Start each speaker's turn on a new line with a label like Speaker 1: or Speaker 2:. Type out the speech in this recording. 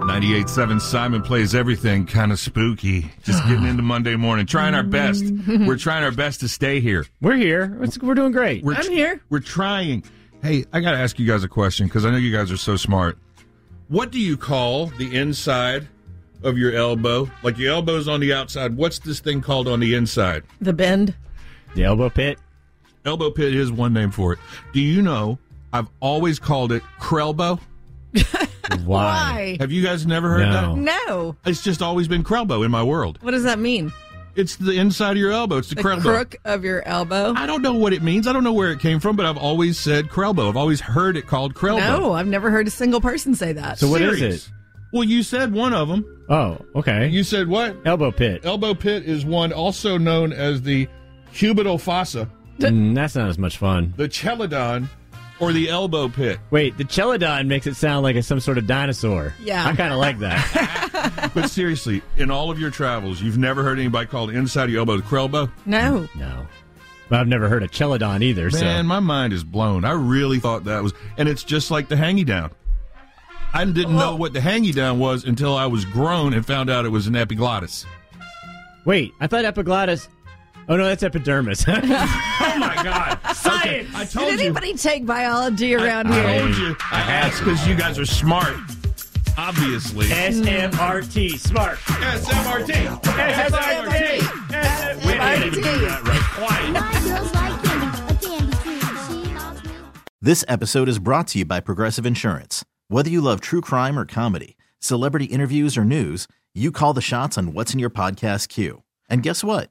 Speaker 1: 98.7 Simon Plays Everything. Kind of spooky. Just getting into Monday morning. Trying our best.
Speaker 2: Mm-hmm.
Speaker 1: We're trying our best to stay here.
Speaker 3: We're here. It's, we're doing great.
Speaker 1: We're
Speaker 2: I'm
Speaker 1: tr-
Speaker 2: here.
Speaker 1: We're trying. Hey, I got to ask you guys a question because I know you guys are so smart. What do you call the inside of your elbow? Like your elbow's on the outside. What's this thing called on the inside?
Speaker 2: The bend.
Speaker 3: the elbow pit.
Speaker 1: Elbow pit is one name for it. Do you know? I've always called it Krellbow.
Speaker 2: Why?
Speaker 1: Have you guys never heard
Speaker 3: No.
Speaker 1: that?
Speaker 2: No.
Speaker 1: It's just always been Krellbow in my world.
Speaker 2: What does that mean?
Speaker 1: It's the inside of your elbow. It's the,
Speaker 2: The
Speaker 1: Krellbow.
Speaker 2: crook of your elbow?
Speaker 1: I don't know what it means. I don't know where it came from, but I've always said Krellbow. I've always heard it called Krellbow.
Speaker 2: No, I've never heard a single person say that.
Speaker 3: So what is
Speaker 1: Serious.
Speaker 3: it?
Speaker 1: Well, you said one of them.
Speaker 3: Oh, okay.
Speaker 1: You Oh. said what?
Speaker 3: elbow pit.
Speaker 1: Elbow pit is one also known as the cubital fossa,
Speaker 3: Mm, that's not as much fun.
Speaker 1: the chelidon, or the elbow pit.
Speaker 3: Wait, the Chelidon makes it sound like it's some sort of dinosaur.
Speaker 2: Yeah.
Speaker 3: I kind of like that.
Speaker 1: But seriously, in all of your travels, you've never heard anybody call the inside of your elbow the Krellbow?
Speaker 2: no.
Speaker 3: no. But I've never heard of Chelidon either,
Speaker 1: Man,
Speaker 3: so.
Speaker 1: my mind is blown. I really thought that was, and it's just like the hangy down. I didn't know
Speaker 2: Well-
Speaker 1: what the hangy down was until I was grown and found out it was an epiglottis.
Speaker 3: Wait, I thought epiglottis. Oh, no, that's epidermis.
Speaker 1: Oh my god!
Speaker 3: Science!
Speaker 1: I told
Speaker 2: Did
Speaker 1: you.
Speaker 2: anybody take biology around
Speaker 1: I
Speaker 2: here?
Speaker 1: told you. I asked because you guys are smart. Obviously.
Speaker 3: SMRT, smart.
Speaker 1: SMRT.
Speaker 3: SMRT.
Speaker 1: We didn't even do that right. Why?
Speaker 4: Smells like candy, a candy tree. She loves me.
Speaker 5: This episode is brought to you by Progressive Insurance. Whether you love true crime or comedy, celebrity interviews or news, you call the shots on what's in your podcast queue. And guess what?